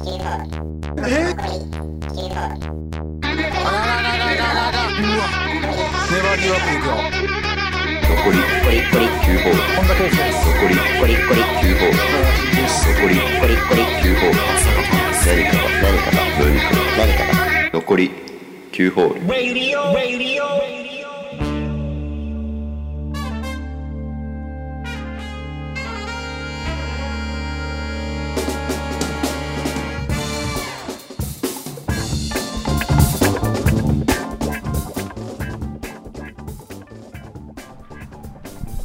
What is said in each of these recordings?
えあらららららららうわ粘りよくいくよ残り9ホールこんだけですね残り9ホール残り9ホール何かが何かが何かが何かが残り9ホール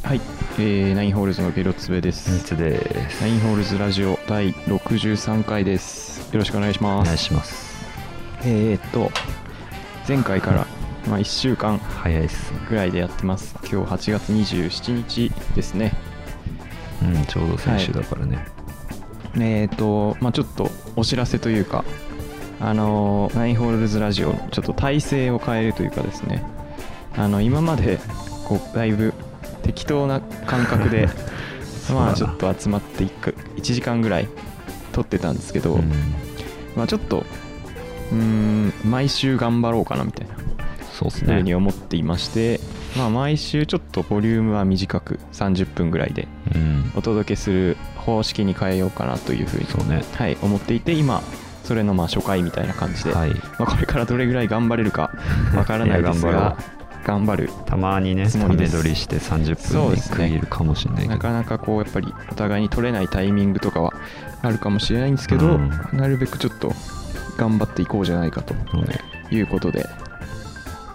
はい、えー、ナインホールズのゲロツベです。つですナインホールズラジオ第63回です。よろしくお願いしまお願いす。しますえー、っと、前回から、まあ、1週間早いっすねぐらいでやってます。今日8月27日ですね。うんちょうど先週だからね、えー、っと、まあ、ちょっとお知らせというか、あのーナインホールズラジオ、ちょっと体制を変えるというかですね、あの今までこうだいぶ適当な感覚 で、まあちょっと集まって 1, 1時間ぐらい撮ってたんですけど、うんまあ、ちょっとうーん毎週頑張ろうかなみたいなそうっすふうねに思っていまして、まあ、毎週ちょっとボリュームは短く30分ぐらいでうんお届けする方式に変えようかなというふうにそうねはい、思っていて今それのまあ初回みたいな感じで、はいまあ、これからどれぐらい頑張れる かわからないですいやが頑張るたまにねつもたりでめす撮りして30そう分でにすね区切るかもしれないけどなかなかこうやっぱりお互いに取れないタイミングとかはあるかもしれないんですけど、うんなるべくちょっと頑張っていこうじゃないかとそうねいうことで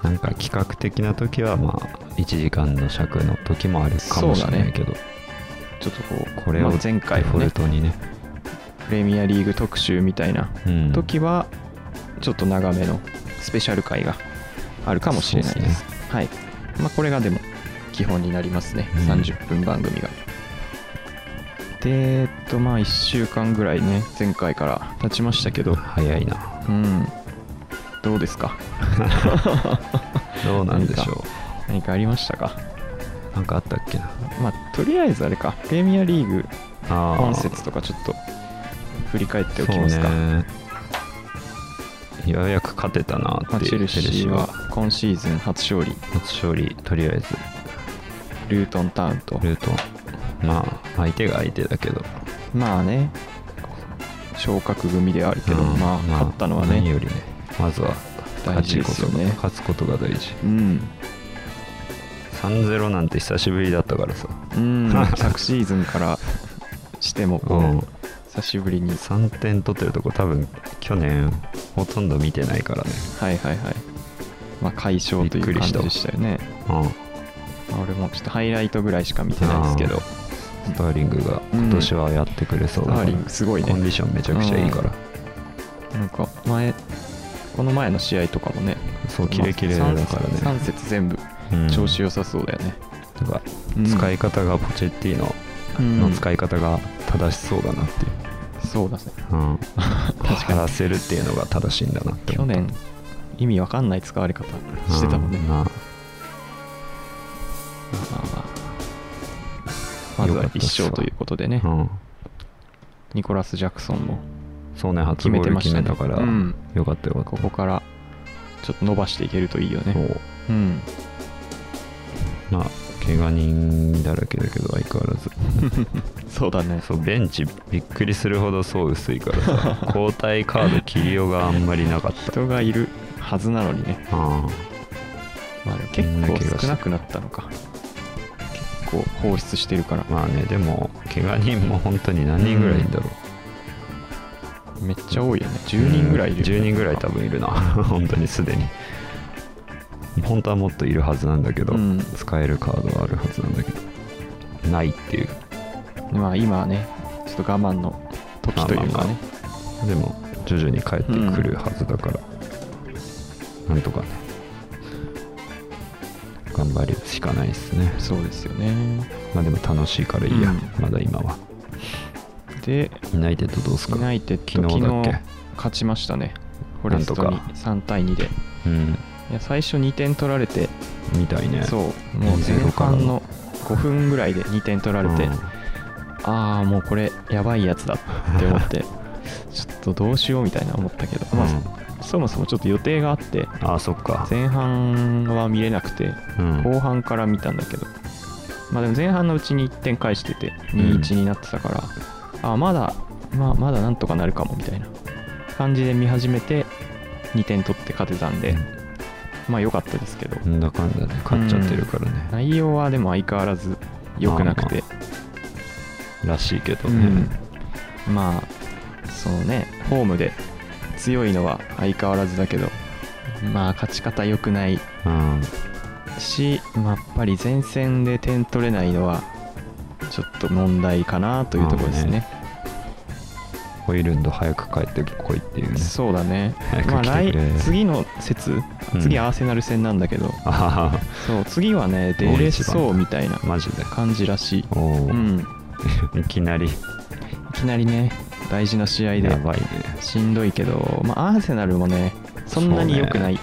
なんか企画的な時はまあ1時間の尺の時もあるかもしれないけど、ちょっとこうこれをまあ前回デフのォねルトにねプレミアリーグ特集みたいなうん、時はちょっと長めのスペシャル回があるかもしれないですそうはい、まあ、これがでも基本になりますね、うん30分番組がでえっとまあ1週間ぐらいね前回から経ちましたけど早いなうんどうですかどうなんでし何ょ何かありましたかうなんかあったっけなまあとりあえずあれかプレミアリーグあー本節とかちょっと振り返っておきますか、そうねようやく勝てたなまあってチェルシーはチェル今シーズン初勝利シーは初勝利とりあえずルートンタウンとルートンまあ相手が相手だけどまあね昇格組ではあるけど、うんまあ勝ったのは何ねよりねまずは大勝事ちでこすとよが、ね勝つことが大事うん、 3-0なんて久しぶりだったからさ、うん、 昨シーズンからしてもこう、うん、久しぶりに3点取ってるとこ多分去年ほとんど見てないからね、はいはいはい、まあ、快勝といびっうくり感しじたでしたよねうん、まあ俺もちょっとハイライトぐらいしか見てないですけどスターリングが今年はやってくれそうスだタからーリングすごいコンねディションめちゃくちゃいいから、なんか前この前の試合とかもねそうキレキレだからね、 3節全部うん調子良さそうだよね、なんかうん使い方がポチェッティーノの使い方が正しそうだなっていう、うんそうだね うん、確かやらせるっていうのが正しいんだなって去思った年意味わかんない使われ方してたもんね、うんままずよはかった1っすわ勝ということでねあうん、ニコラス・ジャクソンもそうね決初ゴめーてルまし決ためねたからうんよかったよかったここからちょっと伸ばしていけるといいよそねううんまあ怪我人だらけだけど相変わらずそうだねそうベンチびっくりするほど層薄いからさ 交代カード切りようがあんまりなかった人がいるはずなのにね、あまあ、でもみんな結怪構我少なくなったのか結構放出してるからまあねでも怪我人も本当に何人ぐらいいんだろめっちゃ多いよねう、 10人ぐらいいるよね、 10人ぐらい多分いるな 本当にすでに本当はもっといるはずなんだけど、うん使えるカードはあるはずなんだけどないっていうまあ今はねちょっと我慢の時というかね、でも徐々に帰ってくるはずだから、なんとかね頑張るしかないですねそうですよねまあでも楽しいからいいや、うんまだ今はでユナイテッドどうすかユナイテッド昨昨日だっ日け勝ちましたねフォレストなにんとか3対2でうんいや最初2点取られてみたいねそうもう前半の5分ぐららいで2点取られてうんああもうこれやばいやつだって思って ちょっとどうしようみたいな思ったけど、まあそもそもちょっと予定があってああそっか前半は見れなくてうん後半から見たんだけど、まあでも前半のうちに1点返しててうん2-1になってたから、あまだ、まあ、まだなんとかなるかもみたいな感じで見始めて2点取って勝てたんで、まあ良かったですけどなんだかんだで勝っちゃってるからね、内容はでも相変わらず良くなくて、らしいけどね、うんまあそうねホームで強いのは相変わらずだけどまあ勝ち方良くないうんし、まあ、やっぱり前線で点取れないのはちょっと問題かなというところですね。ホイールンド早く帰ってこいっていうねそうだね。早まあく来来てくれ、次の節、うん次アーセナル戦なんだけど、あははそう次はね出れそうみたいなマジで感じらしい。おお、うん、いいきなりきなりね大事な試合やでばいねしんどいけど、まあ、アーセナルもねそんなに良くない。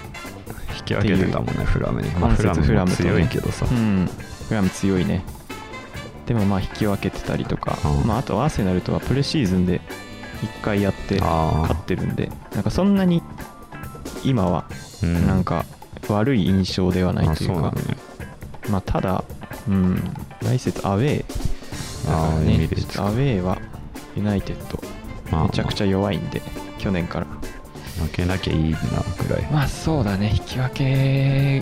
引き上げてたもんねフラムに、まあ、関フラ節ムフラもムとね強いけどさ、うん、フラム強いね。でもまあ引き分けてたりとか、うんまあ、あとアーセナルとはプレシーズンで1回やってあ勝ってるんで、なんかそんなに今はあうんなんか悪い印象ではないというあか、そうだねまあただ、うん、来節アウェーだかあらあ、ね、エミレちーょっツとアウェーはユナイテッド、めちゃくちゃゃ弱いんで、去年から。負けなきゃいいなぐらいまあそうだね、引き分け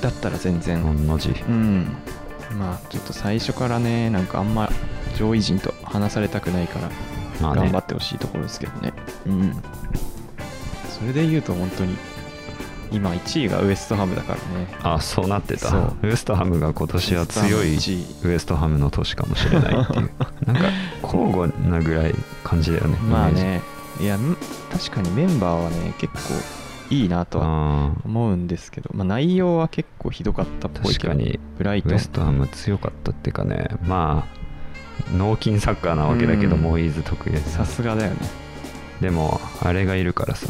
だったら全然ほんの字うんまあちょっと最初からねなんかあんま上位陣と話されたくないからまあ頑ね張ってほしいところですけどねうんそれで言うと本当に今1位がウエストハムだからねあそうなってたそうウエストハムが今年は強いウエストハム一ウエストハムの年かもしれな いっていうなんか交互なぐらい感じだよねまあイメねいやん確かにメンバーはね結構いいなとージはあ思うんですけど、まあ、内容は結構ひどかったっーぽい確けかどにブライウトンエストハム強かったっていうかねまあ脳筋サッカーなわけだけど、うんモイーズ得意ですさすがだよねでもあれがいるからさ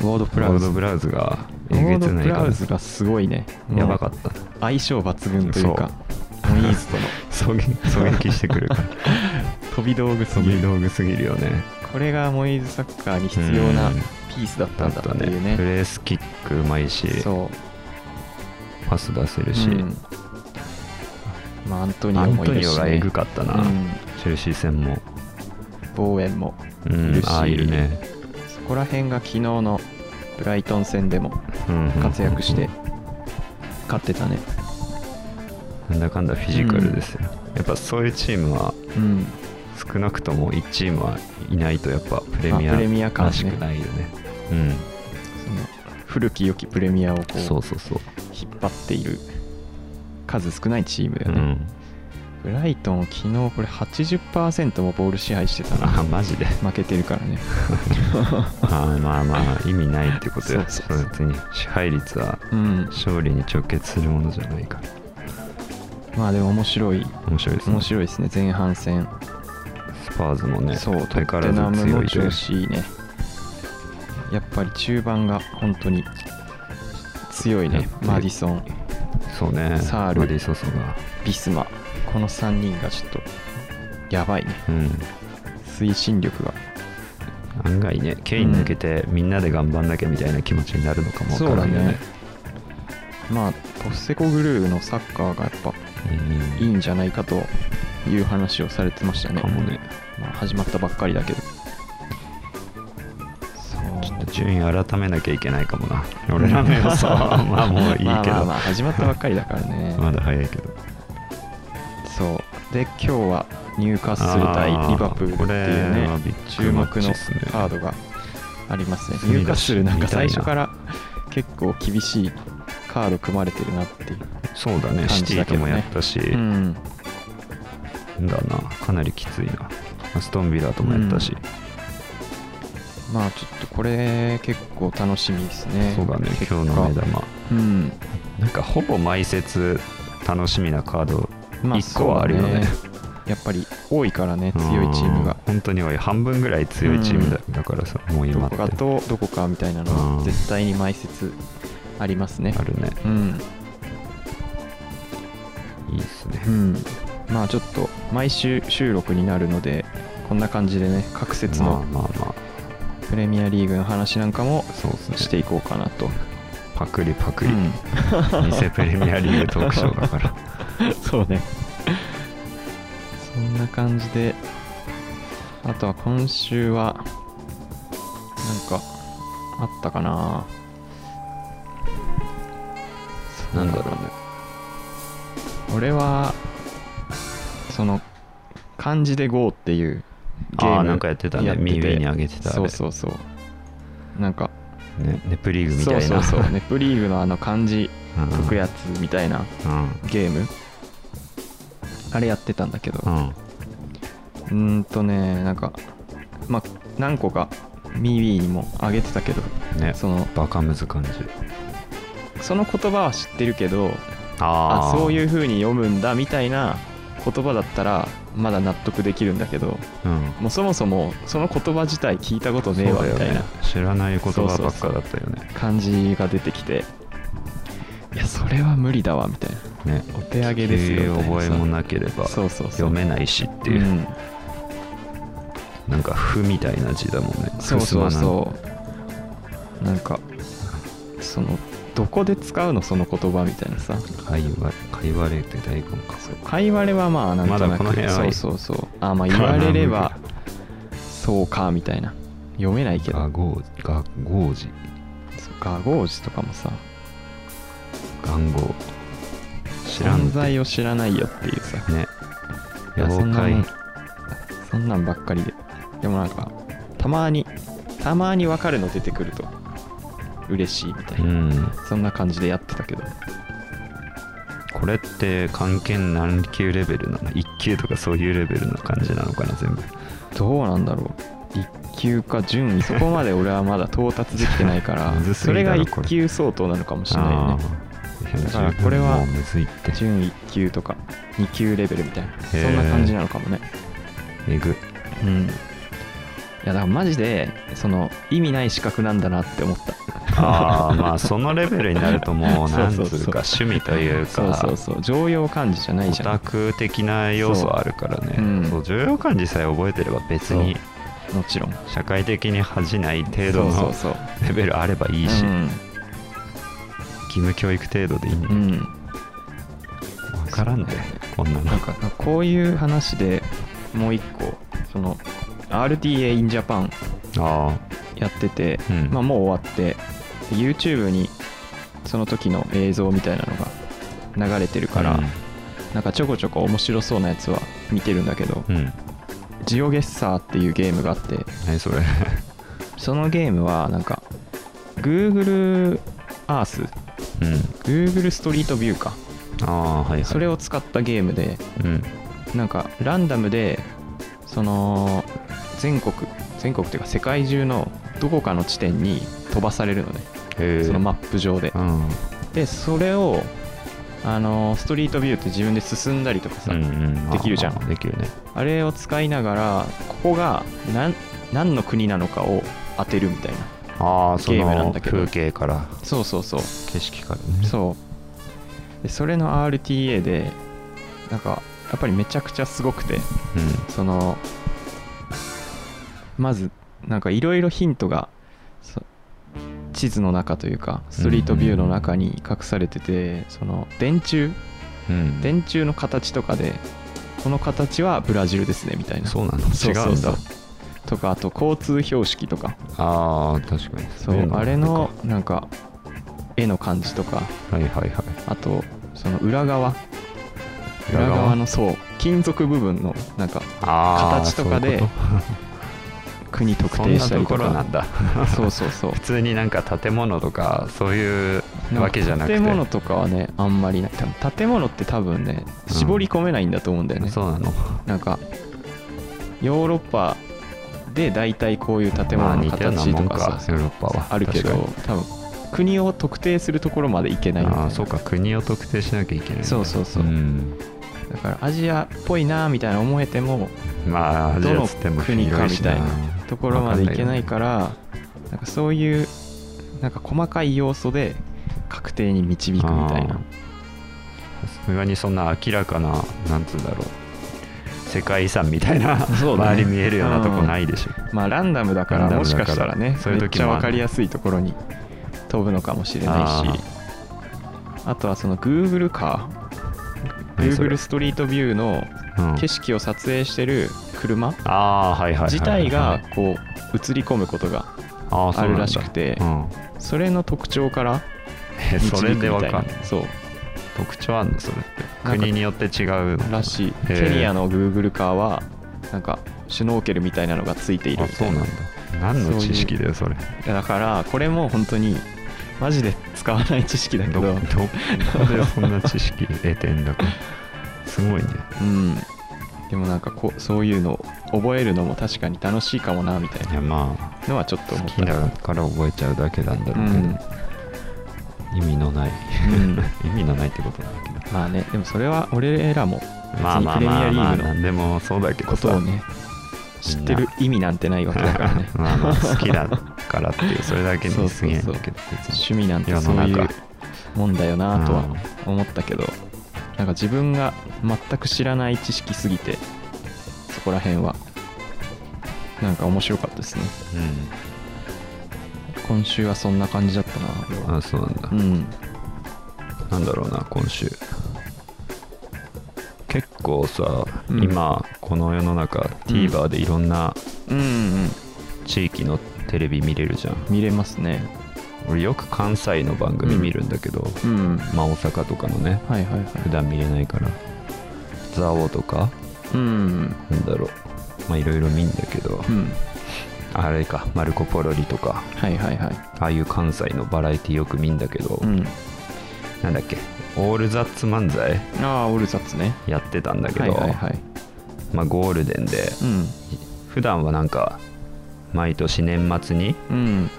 ウォード・プブララウウドズブラウズがウえォーげつド・ないプかラウらズがすごいねもうやばかった相性抜群というかモイー ズとの狙撃狙撃して くるから飛び道具す飛ぎるび道具すぎるよねこれがモイーズサッカーに必要なうんピースだっただんっだったてねいうプねレースキックうまいしそパス出せうるし、うんまあアントニアオンもいトるニオし、がえねぐ、かったな、うんチェルシー戦も、ボーエンもういんる、しああいるね、そこら辺が昨日のブライトン戦でもうん活躍して勝ってたねなんだかんだフィジカルですよ、やっぱそういうチームはうん少なくとも1チームはいないとやっぱプレミあプレミアア感らねしくないよねその古き良きプレミアをこうんうそうそうそう、引っ張っている数少ないチームだうよね、ん、ブライトン、昨日これ80%もボール支配してたな。あマ ジで負けてるから ね。ああまあまあ意味ないってことよそうそれ別に支配率はうん。勝利に直結するものじゃないからまあでも面白い、面白いですね面白いですね、前半戦。スパーズもねそう、ト相ッ変テナわらずム強もい調で子いいね。やっぱり中盤が本当に強いねやっぱ。りマディソン、そうねサールマディソソがビスマ、この3人がちょっとやばいね。うん推進力が。案外ねケイン抜けてみんなで頑張んなきゃみたいな気持ちになるのかもわからないよねまあ、ポッセコグルーのサッカーがやっぱいいんじゃないかという話をされてましたうんねか。もねまあ、始まったばっかりだけどちょっと順位改めなきゃいけないかもな俺らの予想は まあもういいけどまあまあまあ始まったばっかりだからねまだ早いけどそうで今日はニューカッスル対あーリバプールっていうこれはねビッ注グマ目ッチのっすねカードがありますねそうニューカッスルなんか見た最いな初から結構厳しいカード組まれてるなっていう、そうだね感シテじィだとけどねもやったし、うん、だなかなりきついなアストンビラともやったし、まあちょっとこれ結構楽しみですねそうだね結果今日の目玉うんなんかほぼ毎節楽しみなカードまあ一個はあるよねそうだねやっぱり多いからね強いチームがうん本当に多い半分ぐらい強いチームだ,、だからさもどう今っこてかとどこかみたいなのうんは絶対に毎節ありますねあるねうんいいっすね、うんまあちょっと毎週収録になるのでこんな感じでね各節まあのまあまプレミアリーグの話なんかもあそうですねしていこうかなと、パクリパクうリ、 ん、偽プレミアリーグトークショーだから そうねそんな感じであとは今週はなんかあったかななんだろうね俺はその漢字で GO っていうゲあーあムなんかやってたねやってて耳に上げてたあれそうそうそうなんかね、ネプリーグみたいそうなそうそうネプリーグのあの漢字うん書くやつみたいなうんゲームあれやってたんだけどうんうーんとねなんかまあ何個かミービーにもあげてたけどねそのバカむず感じその言葉は知ってるけどあ、あそういうう風に読むんだみたいな言葉だったらまだ納得できるんだけどうん、もうそもそもその言葉自体聞いたことそうねえわだみよたいねな知らない言葉ばっかだったよね感じが出てきていやそれは無理だわみたいなねお手上げですよみたいな覚えさもなければそうそうそう読めないしっていう、んなんか「不」みたいな字だもんねそうそう襖そうなんかそのどこで使うのその言葉みたいなさなんか会話会話例って大根か会話れはまあなんとまだなこのく、辺はそうそうそうあまあ言われればそうかみたいな読めないけどガゴーガゴージ画号字とかもさガンゴー知らん犯って罪を知らないよっていうさねいやそん妖なもん怪そんなんばっかりででもなんかたまにたまに分かるの出てくると嬉しいみたいうな、んそんな感じでやってたけどこれって関係何級レベルなの1級とかそういうレベルな感じなのかな全部どうなんだろう1級か順位そこまで俺はまだ到達できてないから むずそすぎれだがろ1級相当なのかもしれないよねあーだからこれはもうむずいって準1級とか2級レベルみたいなそーんな感じなのかもねえ ぐうんいやだからマジでその意味ない資格なんだなって思ったああまあそのレベルになると も うそうなんつそうそううか趣味というそうかそうそう常用漢字じゃないオじゃんタク的な要素はあるからそううねんそう重要漢字さえ覚えてれば別にもちろん社会的に恥じない程度そのうそうそうレベルあればいいしうん義務教育程度でいいんだうよん分からんでこんなのなんかこういう話でもう一個その RTA in Japan ああやってて、うんまあ、もう終わって YouTube にその時の映像みたいなのが流れてるから、なんかちょこちょこ面白そうなやつは見てるんだけど、うんうんジオゲッサーっていうゲームがあって何それ そのゲームはなんか Google Earth うん Google ストリートビューかああはいはいそれを使ったゲームでうんなんかランダムでその全国全国っていうか世界中のどこかの地点に飛ばされるのねへえそのマップ上でうんでそれをあのストリートビューって自分で進んだりとかさ、うんうんできるじゃんまあまあできるねあれを使いながらここが何何の国なのかを当てるみたいなああそゲームなんのだけど風景からそうそうそう景色からねそうでそれの RTA でなんかやっぱりめちゃくちゃすごくてうんそのまずなんかいろいろヒントがそ地図の中というかストリートビューの中に隠されててその電柱うん電柱の形とかでこの形はブラジルですねみたいなそうなのそ違うそううんそだうとかあと交通標識とかああ確かにそいうのがあれのなんか絵の感じとかはいはいはいあとその裏側裏裏側側のそう金属部分のなんかあー形とかでそういうこ国特と定したそりんなとところなかんだそうそうそう普通になんか建物とかそういうなんかわけ じゃなくて建物とかはねあんまりなく建物って多分ねうん絞り込めないんだと思うんだよね、そうなのなんかヨーロッパで大体こういう建まあ物の似たような形もとんかさかヨーロッパはあるけど確か多分国を特定するところまでいけないにみたいなああそうか国を特定しなきゃいけないんだそうそうそううんだからアジアっぽいなみたいな思えてもまあアジアどっのつっても国か広みしたないなところまでいけないからなんかそういうなんか細かい要素で確定に導くみたいなさすがにそんな明らかななんつうんだろう世界遺産みたいな、そうだね 周り見えるようなとこないでしょ、まあランダムだかランらダもムしだからかしたらねそういう時もあるめっちゃ分かりやすいところに飛ぶのかもしれないしあとはその Google カー何それ Google ストリートビューのうん景色を撮影してる車ああはいはいはいはい自体がこう映り込むことがあーそあうなんるだらしくてうんそれの特徴からえ導それくみでわたかいんなないそう特徴あんのそれってなんか国によって違うのらしいへケーニアの Google カーはなんかシュノーケルみたいなのがついているあみたそういなんなだ何の知識だよそれいやだからこれも本当にマジで使わない知識だけどどどどこでそんな知識得てんだかすごいねうんでもなんかこうそういうのを覚えるのも確かに楽しいかもなみたいいなやまのはちょっあと思好っきただから覚えちゃうだけなんだろうけど、意味のないうん 意味のないってことなんだけどまあねでもそれは俺らもまあまあまあまプレミアあリーグの何でもそうだけどこさとをね知ってる意味なんてないわけだからね まあまあ好きだからっていうそれだけにすげえんだけど別趣に味なんてそう世いのう中もんだよなとうはん思ったけどなんか自分が全く知らない知識すぎてそこら辺はなんか面白かったですね今週はそんな感じだったな俺うんはあそうなんだ、うんなんだろうな今週結構さ、うん今この世の中うん TVer でいろんなうんうん地域のテレビ見れるじゃん見れますね俺よく関西の番組見るんだけど、うんまあ大阪とかのねはいはいはい普段見れないから「ザオとかうんなんだろうまあいろいろ見んだけど、うんあれか「マルコ・ポロリ」とかはいはいはいああいう関西のバラエティよく見んだけど、うんなんだっけオールザッツ漫才ああオルザッツねやってたんだけど、はいはいはいまあ、ゴールデンでうん普段はなんか毎年年末にうん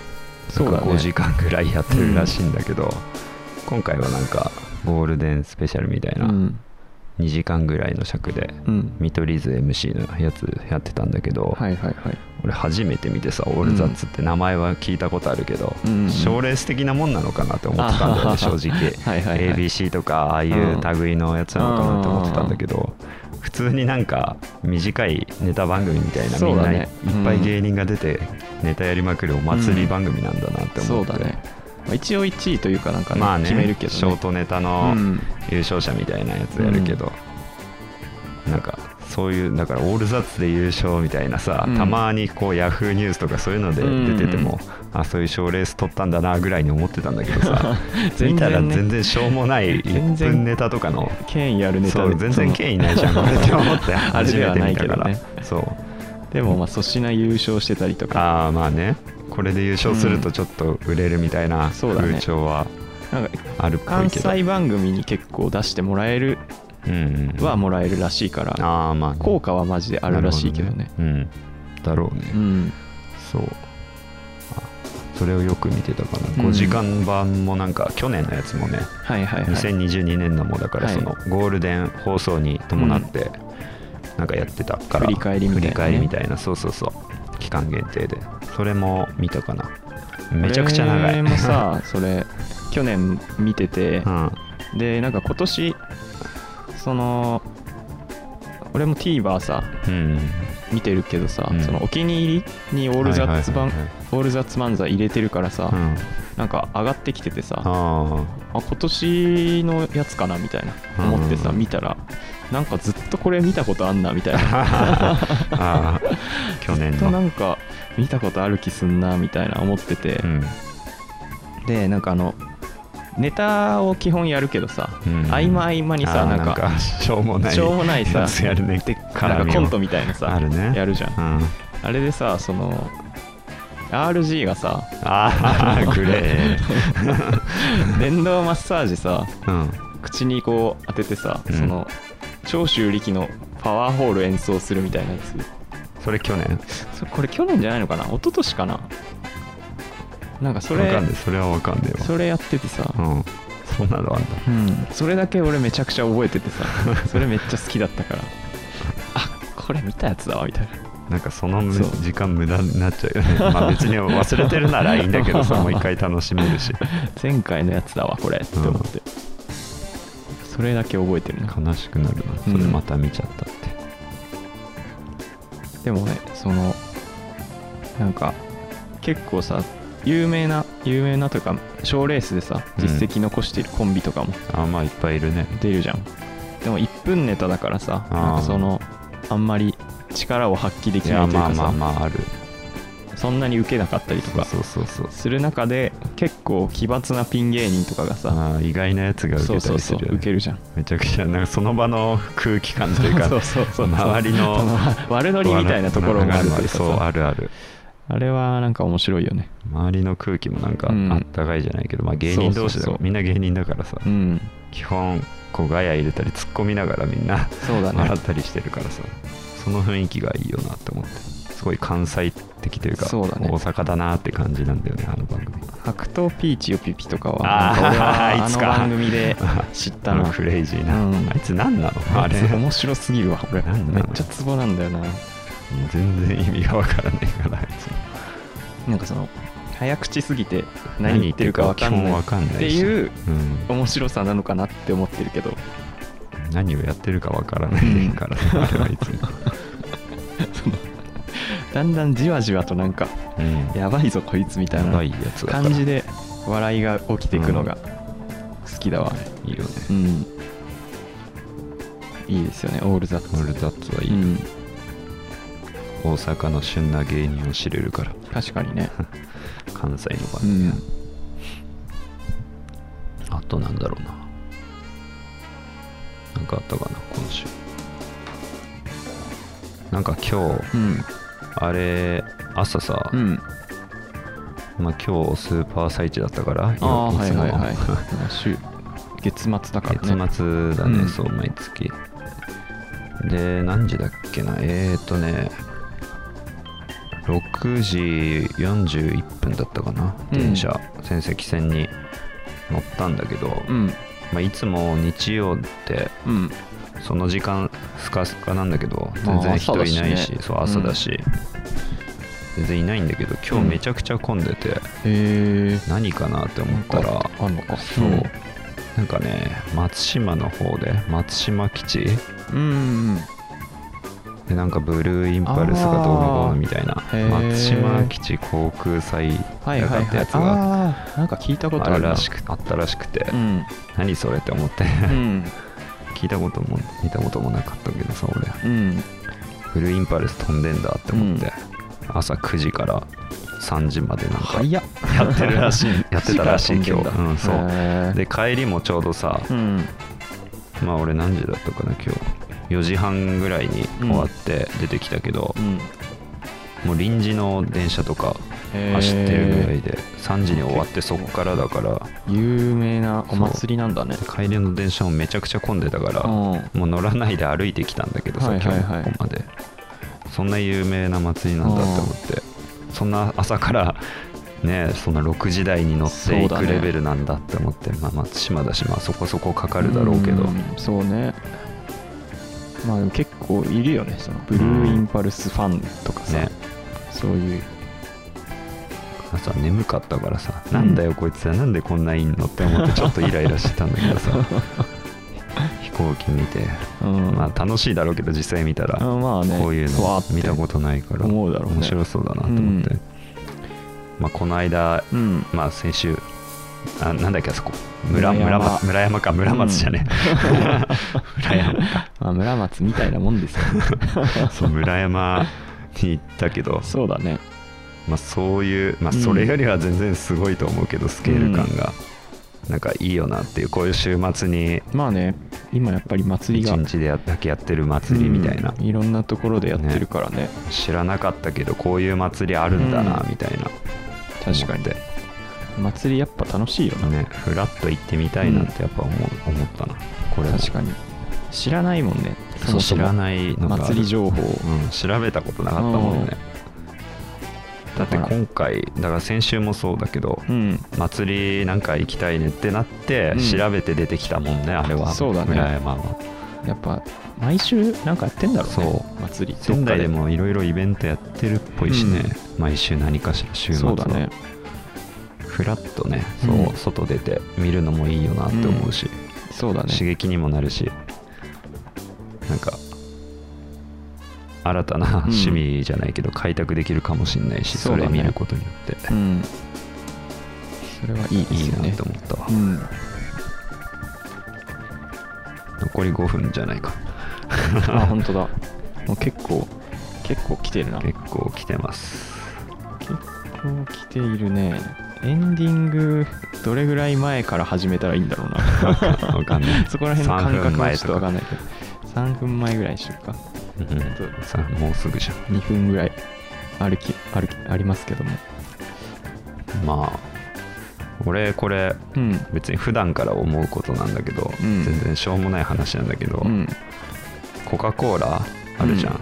そうだね5時間ぐらいやってるらしいんだけど、今回はなんかゴールデンスペシャルみたいうなん2時間ぐらいの尺でうん見取り図 MC のやつやってたんだけど、はいはいはい俺初めて見てさオールザッツって名前は聞いたことあるけど、うんうん賞レース的なもんなのかなって思ってたんだよね正直はい はいはい ABC とかああいう類のやつなのかなって思ってたんだけど普通になんか短いネタ番組みたいなそみうんだないいねっぱい芸人が出てネタやりまくるお祭り番組なんだなってそ思っうだてね、まあ、一応1位というかなんかね,、まあね決めるけどねショートネタうのん優勝者みたいなやつやるけどなんかそういうだからオールザッツで優勝みたいなさうんたまにこうヤフーニュースとかそういうので出ててもあそういう賞レース取ったんだなぐらいに思ってたんだけどさ見たら 全然全ね然しょうもない全1然分ネタとかの権威あるネタそう全然権威ないじゃん俺って思って あれ初でめはてない見けたどからねそうでもまあ粗品優勝してたりとかああまあねこれで優勝するとちょっと売れるみたいなそうだね風潮はなんかあるっぽい関けど、西番組に結構出してもらえるうんうん、はもらえるらしいからああまあ、ね、効果はマジであるらしいけどねなるほねうんだろうね、うんそうあそれをよく見てたかな、うん5時間版もなんか去年のやつもねはいはいはい2022年のもだからはいそのゴールデン放送に伴ってなんかやってたから振り返りみたいなね振り返りみたいなそうそうそう期間限定でそれも見たかなめちゃくちゃ長い俺もさそれ去年見てて うんでなんか今年その俺も TVer さうん見てるけどさ、うんそのお気に入りにオールザッツ版はいはいはいオールザッツ漫才入れてるからさ、はいうんなんか上がってきててさあ今あ年のやつかなみたいな思ってさ、うん見たらなんかずっとこれ見たことあんなみたいなーあー去年ずっとなのんか見たことある気すんなみたいな思っててう、んでなんかあのネタを基本やるけどさ、うん合間合間にさあーなんかしょうもないしょうもないさやつやるねで絡みなをんかコントみたいなさあるねやるじゃんうんあれでさその RG が さああグレー電動マッサージさうん口にこう当ててさ、うんその長州力のパワーホール演奏するみたいなやそれ去年つそこれ去年じゃないのかな一昨年かななんかそわかれんないそれはわかんないわそれやっててさ、うんそんなのあんだうん、それだけ俺めちゃくちゃ覚えてて さそれめっちゃ好きだったからあこれ見たやつだわみたいななんかそのむそう時間無駄になっちゃうよ ねまあ別に忘れてるならいいんだけどさもう一回楽しめるし前回のやつだわこれって思って、それだけ覚えてるな悲しくなるなそれまた見ちゃったって、でもねそのなんか結構さ有名な有名なというか賞レースでさうん実績残してるコンビとかもあまあいっぱいいるね出るじゃん、でも1分ネタだからさあーなんかそのあんまり力を発揮でいきなやいというまあかさまあまああるそんなに受けなかったりとかそうそうそうする中で結構奇抜なピン芸人とかがさあー意外なやつが受そうけたそりうすそうるよ、ね、受けるじゃんめちゃくちゃなんかその場の空気感という かそうそうそうそう周りのその悪ノリみたいなところがあるというかそうさあるあるあれはなんか面白いよね周りの空気もなんかうんあったかいじゃないけど、まあ芸人同士そうそうだかそらうみんな芸人だからさ、うん基本こうガヤ入れたり突っ込みながらみんなそうだね笑ったりしてるからさその雰囲気がいいよなって思ってすごい関西的というかそうだね大阪だなって感じなんだよねあの番 組白桃ピーチよピピとかはあなーんか俺はあいつのか番組で知った あのなクレイジーな、うんあいつ何なのああれれ面白すぎるわ俺なんめなっのちゃツボなんだよな全然意味がわからないからあいつなんかその早口すぎて何言ってるか分かん何な言いっってるか基本わかんないてしいううん面白さなのかなって思ってるけど何をやってるかわからないからね、あれはいつも、だんだんじわじわとなんかうん、やばいぞこいつみたいやばないやつだから感じで笑いが起きていくのが好きだわいいよねうんいいですよねオールザッツオールザッツはいい、うん大阪の旬な芸人を知れるから確かに ね関西の番う組、んあとなんだろうななんかあったかな今週なんか今う日んあれ朝さ、うんまあ、今日スーパー最中だったからああいはいつもはいはい週月末だからね月末だね、うんそう毎月で何時だっけなえー、っとね6時41分だったかなうん電車、仙石線に乗ったんだけど、うんまあ、いつも日曜ってうんその時間スカスカなんだけどまあ全然人いな朝いだし,、しねそう朝だし、全然いないんだけど今日めちゃくちゃ混んでて、へえ何かなって思ったらあんのかそう、なんかね松島の方で松島基地うんうんうんでなんかブルーインパルスがどうのこうのみたいなーへー松島基地航空祭はいはいだったはいやつがああなんか聞いたことああるるならしくあったらしくて、うん何それって思ってうん 聞いたことも見たこともなかったけどさう俺んブルーインパルス飛んでんだって思って、朝9時から3時までなんか早っやってるらしい やってたらしい今日、うん、そううで帰りもちょうどさ、うんまあ俺何時だったかな今日4時半ぐらいに終わって出てきたけどう、んもう臨時の電車とか走ってるぐらいで3時に終わってそこからだから有名なお祭りなんだね帰りの電車もめちゃくちゃ混んでたから、うんもう乗らないで歩いてきたんだけどさ、はいはいはい今日ここまでそんな有名な祭りなんだって思ってそんな朝から ねそんな6時台に乗っていそうだくねレベルなんだって思って、まあ松島だしまあそこそこかかるだろうけど、んそうねまあでも結構いるよねそのブルーインパルスファンとかさねそういう朝眠かったからさ、んなんだよこいつはなんでこんないんのって 思ってちょっとイライラしてたんだけどさ飛行機見てうんまあ楽しいだろうけど実際見たら、うんまあねこういうわのーって見たことないから思うだろうね面白そうだなと思って、うんまあ、この間、うんまあ、先週あなんだっけあそこ村村村山松村山か村松じゃね え、村山かまあ村松みたいなもんですよ そう村山に行ったけど、そうだねまあ、そういう、まあ、それよりは全然すごいと思うけどスケール感が、なんかいいよなっていうこういう週末にまあね今やっぱり祭りが一日でやだけやってる祭りみたいな、うんいろんなところでやってるからね知らなかったけどこういう祭りあるんだなうんみたいな、確かに思って祭りやっぱ楽しいよなね、フラッと行ってみたいなってやっぱ思,、う思ったなこれも確かに知らないもんねそそうもそ知らもないのがある祭り情報うん、調べたことなかったもんねだって今回だから先週もそうだけどうん祭りなんか行きたいねってなってうん調べて出てきたもんね、あれはそうだね村山はやっぱ毎週なんかやってんだろうねそ祭り仙台でどっかもいろいろイベントやってるっぽいしね、毎週何かしら週で末そはうだねフラッとねうんそう外出て見るのもいいよなって思うし、そうだね刺激にもなるしなんか新たな趣味じゃないけど開拓できるかもしれないし、そそうだれね見ることによって、うんそれはいいでいすいよねなと思ったわ、うん残り5分じゃないかあ 本当だもう結構結構来てるな結構来てます結構来ているねエンディングどれぐらい前から始めたらいいんだろう わかんわかんなない そこら辺の感3分覚は前ちょっととわかかんないけど3分前ぐらいにしようかうんさもうすぐじゃん2分ぐらい歩き歩きありますけどもまあ俺これうん別に普段から思うことなんだけど、うん全然しょうもない話なんだけど、うんコカ・コーラあるじゃん、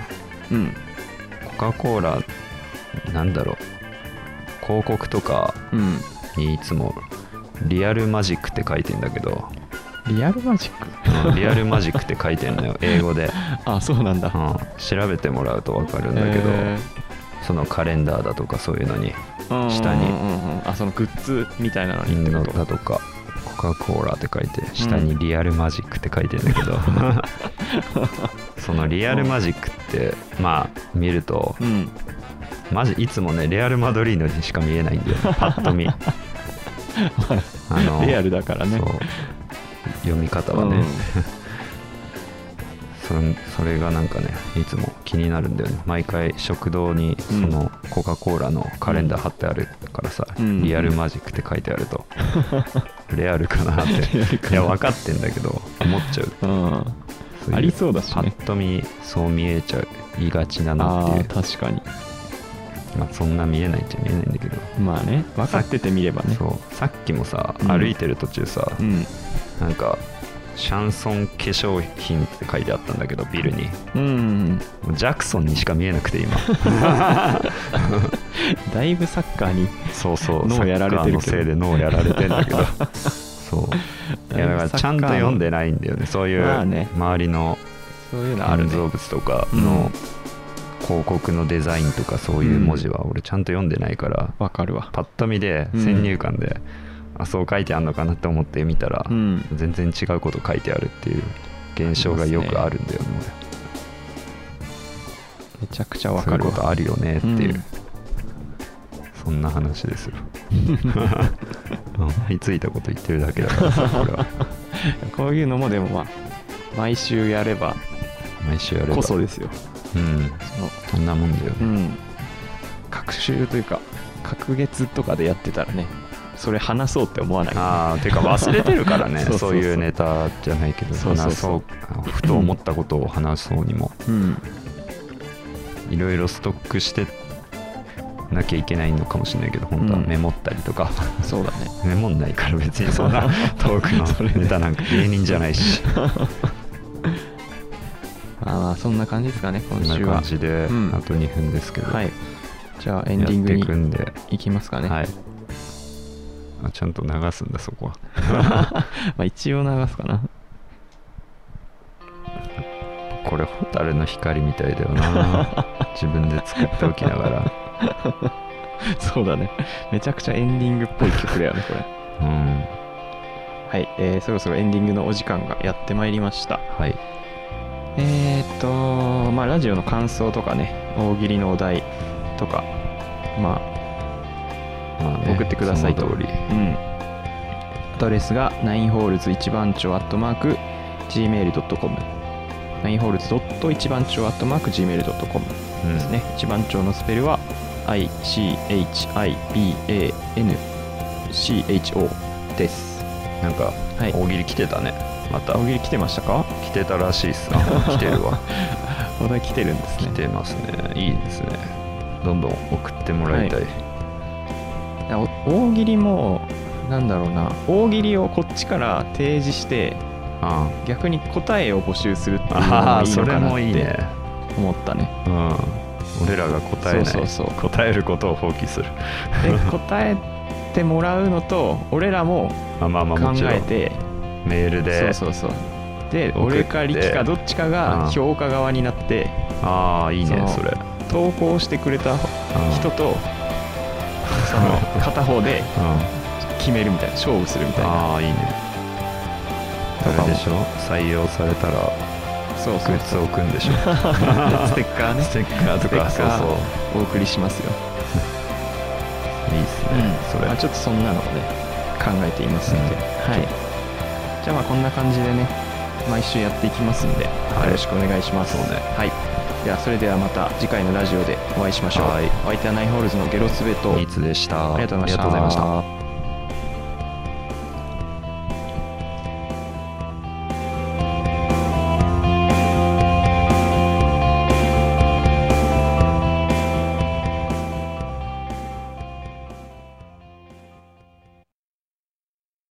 うんうんコカ・コーラなんだろう広告とかうんにいつもリアルマジックって書いてんだ けど、リアルマジックうんリアルマジックって書いてんのよ英語 で、あそうなんだうん、調べてもらうと分かるんだけど、えそのカレンダーだとかそういうのにー下にうんうんうんうんあそのグッズみたいなのにイっンてドことだとかコカ・コーラって書いて下にリアルマジックって書いてんだけど、 そのリアルマジックってまあ見るとうんマジいつもねレアル・マドリードにしか見えないんだよねパッ と見あのリアルだからねそう読み方はね、うんそれそれがなんかねいつも気になるんだよね毎回食堂にそのコカ・コーラのカレンダー貼ってあるからさ、うんリアルマジックって書いてあ ると、レアルかなってリアルかいなや分かってんだけど思っちゃううんそういうありそうだしねパッと見そう見えちゃう言いがちだなあっあていう確かにまあ、そんな見えないっちゃ見えないんだけど、まあね分かっててみればねそうさっきもさうん歩いてる途中さ、うんなんかシャンソン化粧品って書いてあったんだけどビルにうんジャクソンにしか見えなくて 今だいぶサッカーにそうそう脳やられてるけどサッカーのせいで脳やられてんだけどそういやだからちゃんと読んでないんだよねそういうまあね周りのそういうのある建ね造物とかの広告のデザインとかそういう文字は俺ちゃんと読んでないから、わかるわパッと見で先入観で、あそう書いてあるのかなって思って見たら、うん全然違うこと書いてあるっていう現象がよくあるんだよねめちゃくちゃ俺わそういかうることわあるよねっていう、うんそんな話ですよ 思いついたこと言ってるだけだからさこれはこういうのもでもまあ毎週やれば毎週やればこそですようんそのそんなもんだようね、ん隔週というか隔月とかでやってたらねそれ話そうって思わないああてか忘れてるからね そうそうそうそういうネタじゃないけどそうそうそう話そうふと思ったことを話そうにもうんいろいろストックしてなきゃいけないのかもしれないけど本当はうんメモったりとか、 そうだねメモんないから別にそんな トークそれのねネタなんか芸人じゃな いしあーまあそんな感じですかねこ今んな週感はじで、うんあと2分ですけど、はいじゃあエンやデっィてングいにくんで、行きますかねはいあちゃんと流すんだそこは まあ一応流すかなこれ蛍の光みたいだよ な自分で作っておきながらそうだね。めちゃくちゃエンディングっぽい曲だよね、これ。うんはい、えー、そろそろエンディングのお時間がやってまいりました。はいえーっと、まあ、ラジオの感想とかね、大喜利のお題とか、まあ、まあね送ってくださいとその通りうん。アドレスが、ナインホールズ一番町アットマーク、gmail.com。ナインホールズドット一番町アットマーク、gmail.com。うんですね、一番町のスペルは ICHIBANCHO ですなんかはい大喜利来てたねまた大喜利来てましたか来てたらしいっす な来てるわお題来てるんです来ねてますねいいですねどんどん送ってもらいたい、お大喜利もなんだろうな大喜利をこっちから提示してあ逆に答えを募集するっていうのあもいーいそのれかなっもいいねて思ったねうん俺らが答えないそうそうそう答えることを放棄する で答えてもらうのと俺らもあまあまあ考もちろえんてメールでそうそうそうで送って俺か力かどっちかうんが評価側になってああいいねそそうれ投稿してくれた人人とその片方でうん 決めるみたいな勝負するみたいなああいいねあれでしょ採用されたら そうグそうッズ置くんでしょステッカーねステッカーとかステそうッカーそお送りしますよ、ういいっすね、それまあ、ちょっとそんなのをね考えていますので、うんはいじゃあまあこんな感じでね毎週やっていきますんで、いよろしくお願いしますそうねはいではそれではまた次回のラジオでお会いしましょうはいお相手はナインホールズのゲロスベとニーツでしたありがとうございましたありがとうございました